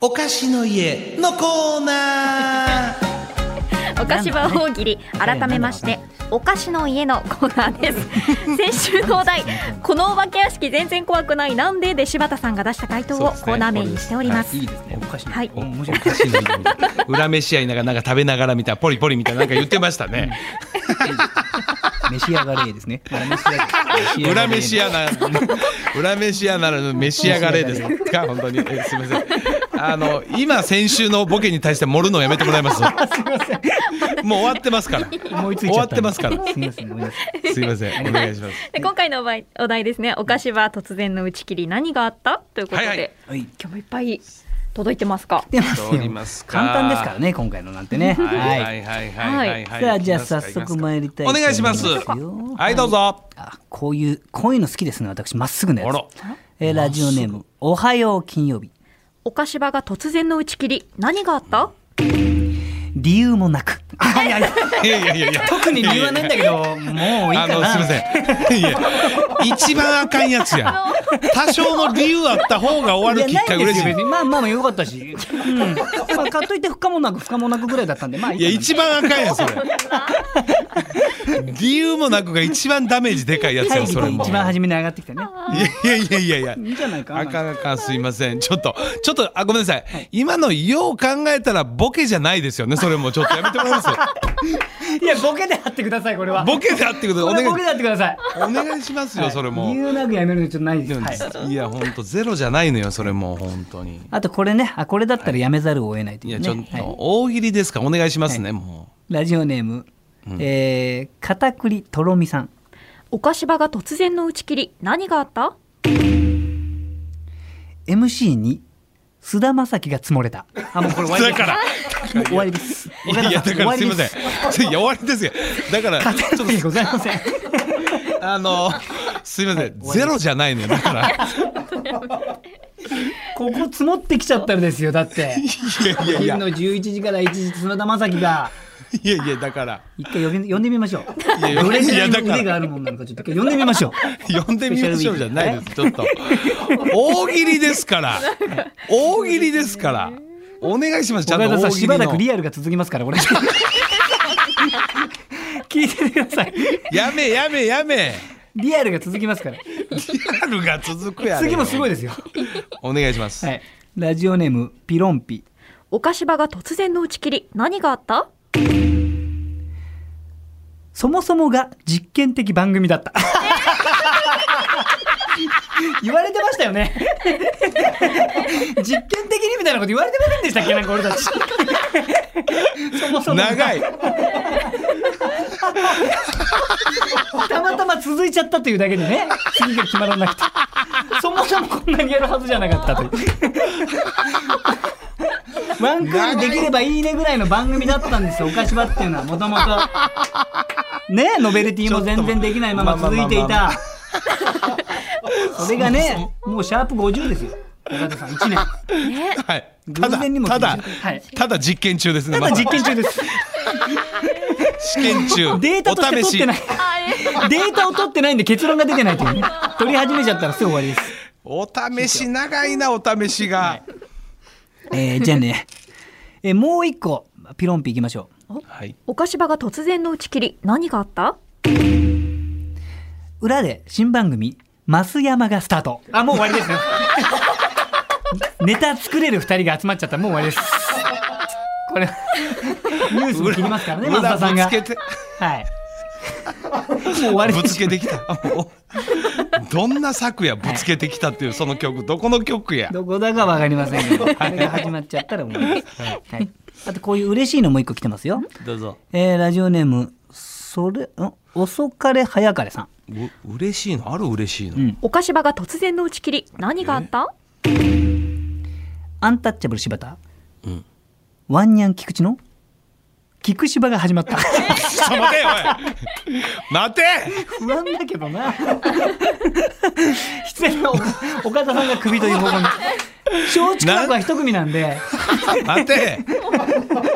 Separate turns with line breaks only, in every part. お菓子の家のコーナー
お菓子は大喜利改めましてお菓子の家のコーナーです先週のお題このお化け屋敷全然怖くないなんでで柴田さんが出した回答をコーナー名にしております
いいですね。おかしい。
はい
お面白
お
い。
菓子の家みたいな裏飯屋いながらなんか食べながらみたいなポリポリみたいななんか言ってましたね
召し上がれ ですね。
裏飯
が
屋な裏飯屋ならぬ召し上がれですか本当にえすみませんあの今先週のボケに対して盛るのやめてもらいますもう終わってますから
れ。思いついちゃった
終わってますから
すみません。ごめんなさい
すいませんお願いします
で今回のお題お題ですねお菓子は突然の打ち切り何があったということで、
はいはい
はい。
今日もいっぱい届いてますか
出ますよ
通りますか
簡単ですからね、今回のなんてね。
は
はいい。
はいはいはいはいはい
さあじゃ
行きま
あ
すか
早速参りたい
お願いします
と思い
はいどうぞ
あこういうこういうの好きですね私まっすぐのや
あら
つえーラジオネームおはよう金曜日
お菓子場が突然の打ち切り何があった
理由もなくあいやいや
いやいやいやいや
特に理由はないんだけどもういい
あ
かな
のすみません。い や一番あかんやつ やん。多少の理由あった方が終わる
い
きっ
や
か
ない
け
んで
嬉
す
し
よ
い。
別にまあまあまあよかったし、うん、まあかといって不可もなく不可もなくぐらいだったんでまあいい
いや
かな
一番あかんやんそれ。 理由もなくが一番ダメージでかいやつ
会
やん
議
それ
で
も。
一
い
番
や
初めに上がってきたね
いやいやいや。
いいんじゃないか
あ
な
かんあかんすいませんちょっとちょっとあごめんなさい、今のよう考えたらボケじゃないですよねそれもちょっとやめてもらいますよ
いやボケで貼ってくださいこれは
ボケであってくだ
こ
さ
れ
い
は
お
ボケ
願
で
い
貼ってください
お願いしますよ、それも
理由なくやめるのちょっとないです、はい、
いやほんとゼロじゃないのよそれも本当に
あとこれねあこれだったらやめざるを得ないと
い
い
や
う
ちょ
ね、
っ
はい
と大喜利ですかお願いしますね、もう
ラジオネーム、えー、片栗とろみさん
お菓子場が突然の打ち切り何があった
MC に菅田将暉が積もれたあもうこれ終 わ
だ
りで
から、
すもう終わりです岡
いや、
田さ
だから、すみ
終わ
ま
りで
せん。いや、終わりですよ。だから、
勝てないでございません
あの、すみません、ゼロじゃないのよ、だから。
ここ積もってきちゃったんですよだっ
い
て
やいやい
昼
や
の、11時から1時菅田将暉が
いやいや、だから、
一回呼び呼んでみましょ
やいうや
どれぐらい
いやだか
の
ら
腕があるもんなのかちょっと一回呼んでみましょう
呼んでみましょうじゃないです。ち ょっと。大喜利ですから。大喜利ですから。お願いします。ちゃん
岡
と大
田さん
喜
し
利
ばらく
の。
リアルが続きますからこれ聞いててください
やめやめやめ。
リアルが続きますから
リアルが続くや。
次もすごい
い。
ですよ
お願いします。
はいラジオネームピロンピ
お菓子場が突然の打ち切り何があった
そもそもが実験的番組だった言われてましたよね実験的にみたいなこと言われてませんでしたっけなんか俺た ちそもそもが
長い。
たまたま続いちゃったというだけでね次が決まらなくてそもそもこんなにやるはずじゃなかったというワンクールできればいいねぐらいの番組だったんですよ「おかしば」っていうのはもともとねノベルティも全然できないまま続いていたそれがねもうシャープ50ですよ中田さん1年
はい。た
偶
だ
然にも
ただ
はい
ただ実験中ですね。
ただ実験中です
試験中。
データとして取ってないデータを取ってないんで結論が出てないというね取り始めちゃったらすぐ終わりです
お試し長いなお試しが。
えーじゃあね、えーもう一個ピロンピいきましょう
はい。
お菓子場が突然の打ち切り何があった
裏で新番組「増山」がスタートあもう終わりですねネタ作れる二人が集まっちゃったもう終わりですこれニュースも切りますからね増
裏
田さんが
ぶつけて
はいもう終わり
ぶ
で
つ
す
けてきた。もうどんな策やぶつけてきたっていうその曲どこの曲や。
どこだかわかりませんけどこれが始まっちゃったら終わりです、はい、あとこういう嬉しいのもう一個来てますよ、
どうぞ。
えーラジオネームそれん遅かれ早かれさん
う嬉しいのある嬉しいの。
ん
お菓子場が突然の打ち切り何があった
アンタッチャブル柴田、
うん
ワンニャン菊池の菊芝が始 まった。
ちょっと待てよおい。待て。
不安だけどな。失礼なお岡田さんが首という方向に。松竹幕は一組なんで、
待て。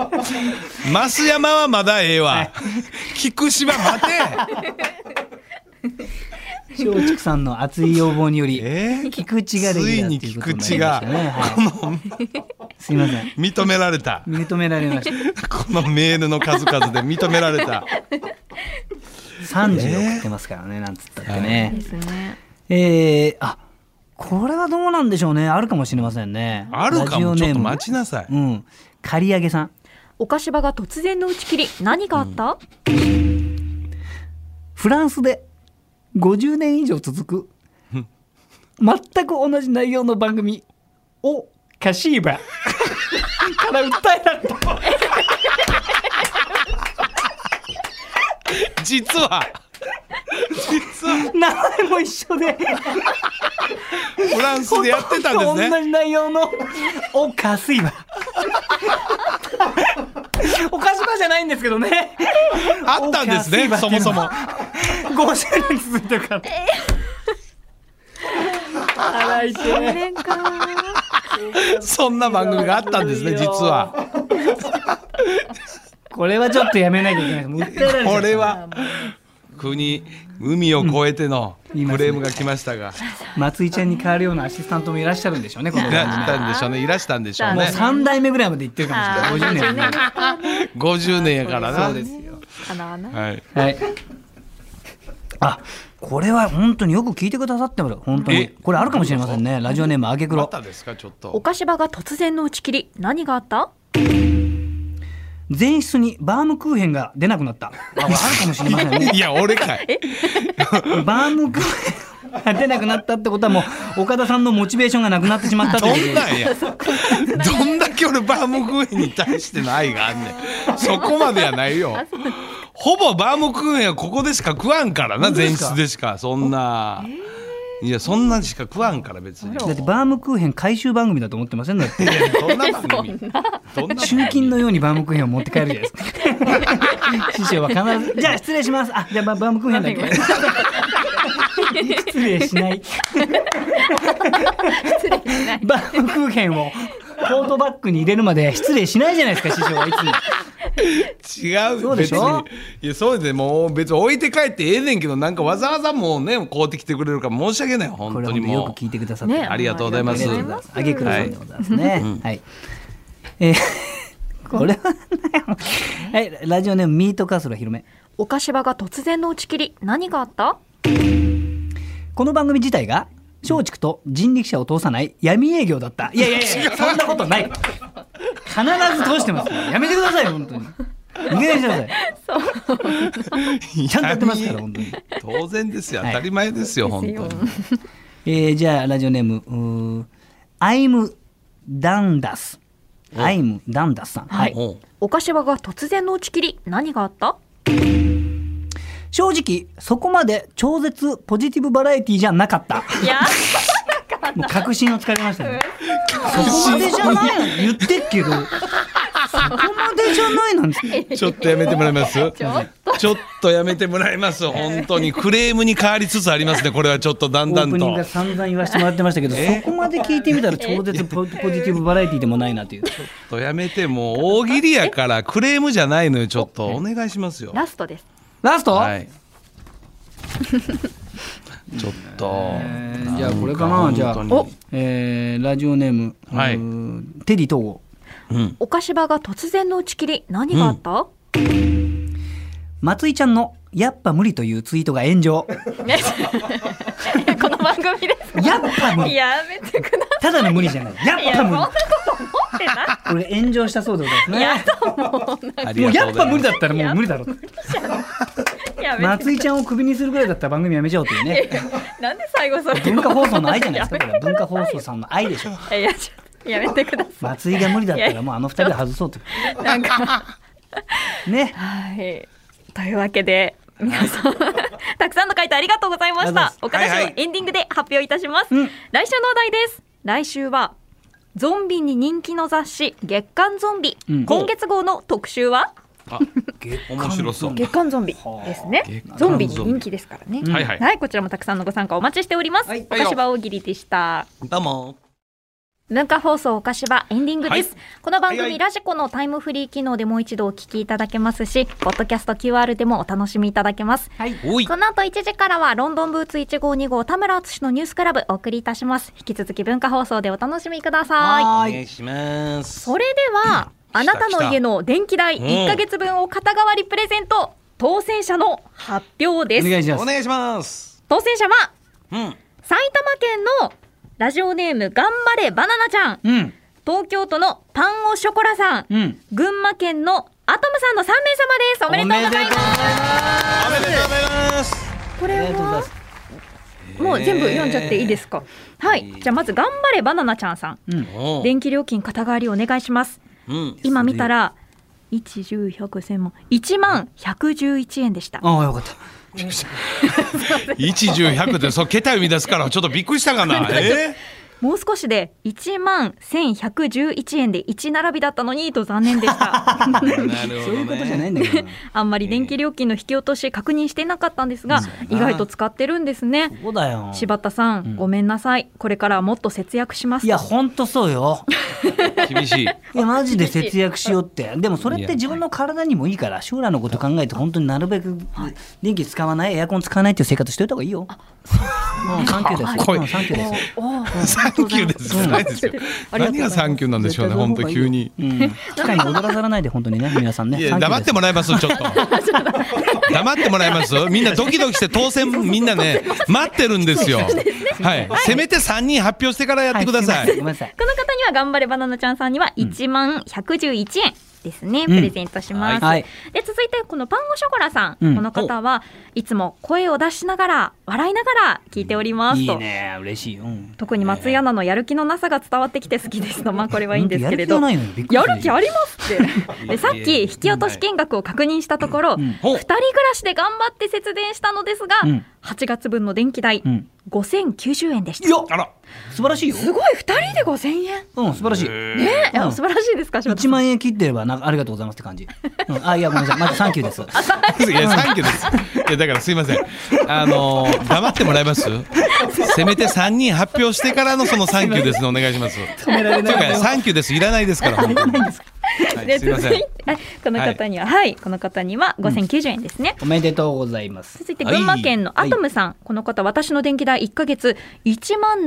増山はまだええわ。菊島待 て。
松竹さんの熱い要望により、
えー
菊池がレギュラーということになりましたね。
ついに菊池が
はいすい ません。
認められた
認められました。
このメールの数々で認められた
三十送ってますからね、なんつったってね
で。すね。
えー、あ、これはどうなんでしょうね。あるかもしれませんね。
あるかも
ラ
ち
ジオ
ょ
ネ
っ
ー
と
ム
待ちなさい
うん。刈り上げさん。
お菓子場が突然の打ち切り、何があった、
フランスで50年以上続く全く同じ内容の番組をカシーバから訴えられた
実は実は
名前も一緒で
フランスでやってたんです
同
ね
じ内容のおカシーバお菓子場じゃないんですけどね
あったんです
おかしい
ね
わ
そもそも
50年続いてるから洗い
え
て
年か。
そんな番組があったんですね実は
これはちょっ とやめなきゃいけないもう訴えられちゃった
これは国海を越えての
うんいます
ク
ね
レームが来ましたが
松井ちゃんに代わるようなアシスタントもいらっしゃるんでしょうね、この
いらしたんでしょうねいらしたんでしょう
もう
ね
3代目ぐらいまで行ってるかもしれない。50年はね
50年やからな
そうですよ。
あの穴
はい
はい。あ、これは本当によく聞いてくださってる。本当
え
に。これあるかもしれませんね。ラジオネームあげく
ま
ろ。
たですかちょっ
お
と
菓子場が突然の打ち切り、何があった
前室にバームクーヘンが出なくなった。あ、これあるかもしれませんね。
いや俺かい
バームクーヘンが出なくなったってことはもう岡田さんのモチベーションがなくなってしまったと
ど
い
ん
う
なん やどんだけ俺バームクーヘンに対しての愛があんねんそこまでやないよほぼバームクーヘンはここでしか食わんからな
本当
前
ですか
室でしかそんないやそんなんしか食わんから別に
だってバームクーヘン回収番組だと思ってませんだって
いやどんな番 組どんな番組
集金のようにバームクーヘンを持って帰るじゃないです か。師匠は必ず、じゃあ失礼します。あ、じゃあババームクーヘンだけ。失礼しない。バームクーヘンをトートバッグに入れるまで失礼しないじゃないですか、師匠はいつも。
違う
そうでしょ
別にいやそうでもう別に置いて帰ってええねんけどなんかわざわざもうね買うてきてくれるから申し訳ない
こ
本
れ
当
を
に
よ
も
く聞いてくださって。
ね
ありがとうござい
あ
ま
り
す
がとうございます。あげくらさんでございますね。はい。えーこれはね、はい、ラジオネームミートカーソルは広め。
お菓子場が突然の打ち切り、何があった
この番組自体が松竹と人力車を通さない闇営業だったいやいや いやそんなことない必ず通してますよやめてください本当に逃げ出してくださいちゃんとやってますから本当に、
当然ですよ
は
当
い
たり前ですよ本当に
えーじゃあラジオネームうーアイムダンダスアイムダンダスさんはい
おう
お菓子場が突然の打ち切り、何があった
正直そこまで超絶ポジティブバラエティじゃなかった
いや、
もう確信をつかれまし たね。そこまでじゃないの言ってっけど。そこまでじゃないなんです。
ちょっとやめてもらい ますちょっとやめてもらいます本当にクレームに変わりつつありますねこれはちょっとだ
オ
んだ
ー
ん
プニング
と
が散々言わせてもらってましたけど、そこまで聞いてみたら超絶ポジポジティブバラエティでもないなという。
とやめてもう大喜利やからクレームじゃないのよちょっとお願いしますよ
ラストです。
ラスト、
はいちょっと
えーじゃあこれかなじゃあ
本当に
えーラジオネーム、
はいう
ーテディ東郷。
うん
お菓子場が突然の打ち切り、何があった、
松井ちゃんのやっぱ無理というツイートが炎上。
ねこの番組ですか
やっぱ無理。
やめてくだ
ただの無理じゃない。や
さい。いや、
っ
そ
ぱ
ん
無
なこ。
理
と思ってない。
これ炎上したそうでございますね。
あり
も
が
う
と
や
う
っ
ござ
ぱ
います
無理だったらもう無理だろう。
や めて。
松井ちゃんをクビにするぐらいだったら番組やめちゃおうというね。
なんで最後それを。
文化放送の愛じゃないですか、こ れは。文化
や
放送さんの愛でしょ。
めてくださいいや、ちょっとやめてくださ
松井が無理だったらもうあの二人で外そうと。
い。なんか。
ね。
はい。というわけで、皆さん、たくさんの回答ありがとうございまし
あ
た。
り
お菓子
はいは
の
い
エンディングで発表いたします。来週のお題です。来週は、ゾンビに人気の雑誌、月刊ゾンビ。
ん
今月号の特集は、
あ面白そう
月刊ゾンビですね
月刊。
ゾンビに人気ですからね。
はいはい
はい、こちらもたくさんのご参加お待ちしております。お菓子場大喜利でした。
どうも
文化放送おかしばエンディングです、
は
この番組、
はいはい
ラジコのタイムフリー機能でもう一度お聞きいただけますしポッドキャスト QR でもお楽しみいただけます
はい。
おい
この後1時からはロンドンブーツ1号2号田村淳のニュースクラブお送りいたします引き続き文化放送でお楽しみください
は
お願
ーい。
いします
それでは、あなた
来
の
た
家の電気代
うん
1ヶ月分を肩代わりプレゼント、当選者の発表で
お願
す。
いしま
お
す。
願いします
当選者は、
うん
埼玉県のラジオネーム頑張れバナナちゃん、
うん。
東京都のパンオショコラさん、
うん。
群馬県のアトムさんの3名様です。おめでとうございます。
おめでとうございます
これ
ありがとうございま
は
す。
もう全部読んじゃっていいですか。はい。じゃあまず頑張れバナナちゃんさん。
うん。
おう
電気料金肩代わりお願いします。
うん
今見たら一十百千万一万百十一円でした。
ああ、よかった。
一十百ってそう桁生み出すからちょっとびっくりしたかなえ
もう少しで一万千百十一円で一並びだったのにと残念で した。
ーなる
そういうことじゃない
い
んだけ どな。
あんまり電気料金の引き落とし確認してなかったんですが、意外と使ってるんですね。
そうだよ。
柴田さん、
ん
ごめんなさい。これからはもっと節約します。
いや、ほんとそうよ。
厳しい
いや、マジで節約しようって。でもそれって自分の体にもいいから、将来のこと考えて、本当になるべく電気使わない、エアコン使わないっていう生活しておいた方がいいよ。うん、サンキューです。
はい
うんサンキューです。
おお
サンキューですじゃないですよ
ありがとう
何
ござい
が
ます
サンキューなんでしょうね本当急に
うん、機械に踊らさらないで本当にね皆さんね
いや黙ってもらいますちょっと黙ってもらいますみんなドキドキして当選みんなね待ってるんですよはいせめて三人発表してからやってくださ
はす
い
ませんごめんなさい
この方には頑張れバナナちゃんさんには1万111円ですね、
うん
プレゼントします、
はい
で続いてこのパンゴショコラさん、
うん
この方はいつも声を出しながら笑いながら聞いております
い
と
いね嬉しいよ、うん、
特に松井アナのやる気のなさが伝わってきて好きですとまあこれはいいんですけれど
やる気がないのよびっくりする
やる気ありますってでさっき引き落とし金額を確認したところ、
う
二
ん
2人暮らしで頑張って節電したのですが、
うん
8月分の電気代、
うん
5090円でした
いや
あら
素晴らしいよ
すごい2人で5000円
うん素晴らしい
ねえ、
うん
素晴らしいですか、柴田さ
1
ん
万円切ってればなんかありがとうございますって感じ、うん、あいやごめんなさいまずサンキューです
いやサンキューですいやだからすいませんあのー黙ってもらいますせめて三人発表してからのそのサンキューですのお願いします
止められ
というかサンキューですいらないですから本当には
で
いすいま
続
せ
い
ん
てはいこの方にははい、この方には5090円ですね、
おめでとうございます
続いて群馬県のアトムさん、この方私の電気代1ヶ月1万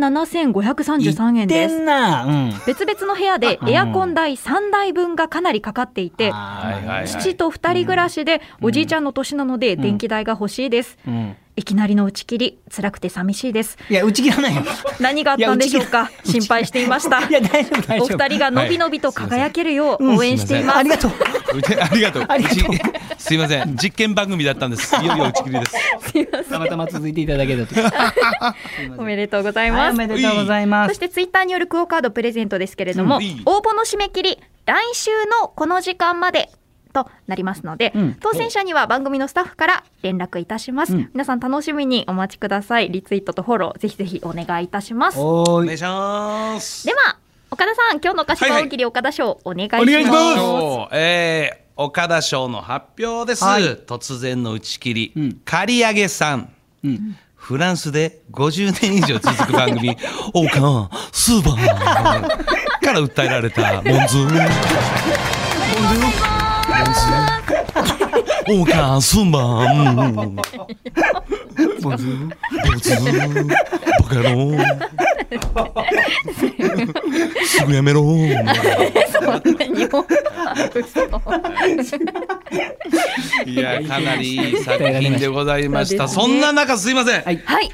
7533円で
言って
す
んなうん
別々の部屋でエアコン代3台分がかなりかかっていて
あー
はいはい
父と2人暮らしでおじいちゃんの年なので電気代が欲しいです、
うん、
いきなりの打ち切り辛くて寂しいです
いや打ち切らないよ
何があったんでしょうか
いや打ち切 り
心配していました
いや大丈夫大丈
お
夫
二人がのびのびと輝けるよ
はいう
応援しています。
ありがとう
うちありがとう
ありがとう
うちすいません実験番組だったんですいよいよ打ち切りです
たまたま続いていただけると
おめでとうござい
は
ま
いお
す。
めでとうございま
そ
す
してツイッターによるクオカードプレゼントですけれども、
うんいい
応募の締め切り来週のこの時間まで。となりますので、
うん
当選者には番組のスタッフから連絡いたします、
うん
皆さん楽しみにお待ちくださいリツイートとフォローぜひぜひお願いいたしますで
お
お
ー
願いします
は岡田さん今日の歌詞
はいは
はい大喜利岡田賞お願いします,、
そうえー岡田賞の発表です、
はい
突然の打ち切り、
うん
刈り上げさん
うん、
フランスで50年以上続く番組 「王冠スーパー」から訴えられたモンズモンズモンズ王冠スーパーモンズ
ボズ
バカ野郎すぐやめろ
日本
いやかなりいい作品でござ いましたそんな中すいません、
はい
はい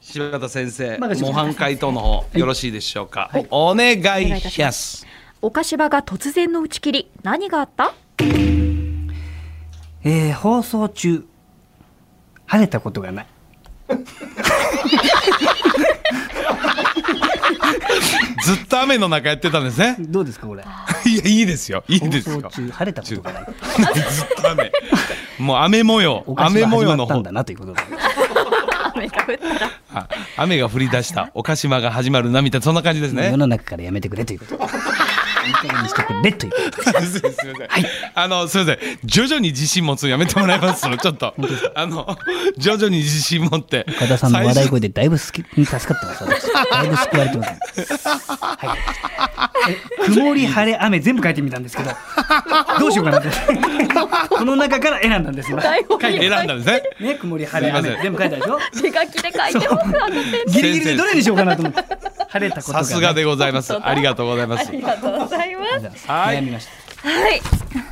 柴田先生
任せてください
模範解答の方よろしいでしょうか、お願いします
岡芝が突然の打ち切り何があった
えー、放送中晴れたことがない
ずっと雨の中やってたんですね
どうですかこれ
いやいいですよいいです
放
よ
送中晴れたことがない
ずっと雨もう雨模様
お菓子
雨
が
模
始
様
ま
の
った
方
んだなということで
雨が降ったら
あ雨が降り出した岡島が始まる涙そんな感じです
世
ね
の中からやめてくれということいい加減にしてくれという。
すいません。あの、すいません。徐々に自信持つのやめてもらいますちょっ と。あの、徐々に自信持って。
岡田さんの笑い声でだいぶ好き、助かってます、私。だいぶ救われてます。はい。え曇り、晴れ、雨、全部書いてみた んですけど、どうしようかなって。この中から選んだんですよ。
台本
書
最初
いて
選んだんですね。
ね、曇り、晴れ、
すい
雨
ませ、ん
全部書いたでしょ
手書きで書いてますあの先生
ギリギリでどれにしようかなと思って。晴れたことが
さ
ね。
すがでございます。
本当だ
ありがとうございま
あ
す。
りがとうございます。
はい
悩みました。
はい。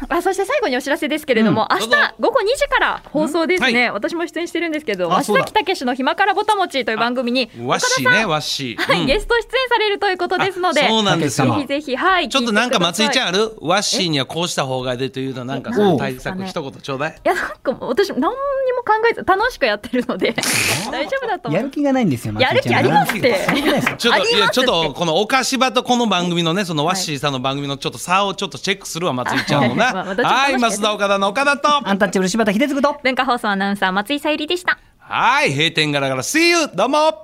あ、そして最後にお知らせですけれども、明日午後2時から放送で
う
す
んは
ね。私も出演してるんですけど、
あそうだ
脇崎武史の暇からぼたもちという番組に
わ
岡
っ
田さ
し
ん、
ーね、わっしー。
は
う
い
ん
ゲスト出演されるということですので、
あそうなんですよ
ぜひ。ぜひはい。
ちょっとなんか松井ちゃん
ん。い
あるワッシーにはこうした方がいいというのなんかその対策一言ちょうだい。
やなんかもう私何にも考えず楽しくやってる ので大丈夫だと思
や
う
る。気がないんですよ、
やる気ありますって。
ちょっ
ありま
と、
す
いや、ちょっと、この、お菓子場とこの番組のね、その、
は
ワッ
い
シーさんの番組のちょっと差をちょっとチェックするわ、松井ちゃんの
まあ
な。
またちょっと楽しみ
はい、増田岡田の岡田と。
アンタッチャブル柴田秀嗣と。
文化放送アナウンサー松井さゆりでした。
はい、閉店ガラガラ、See you! どうも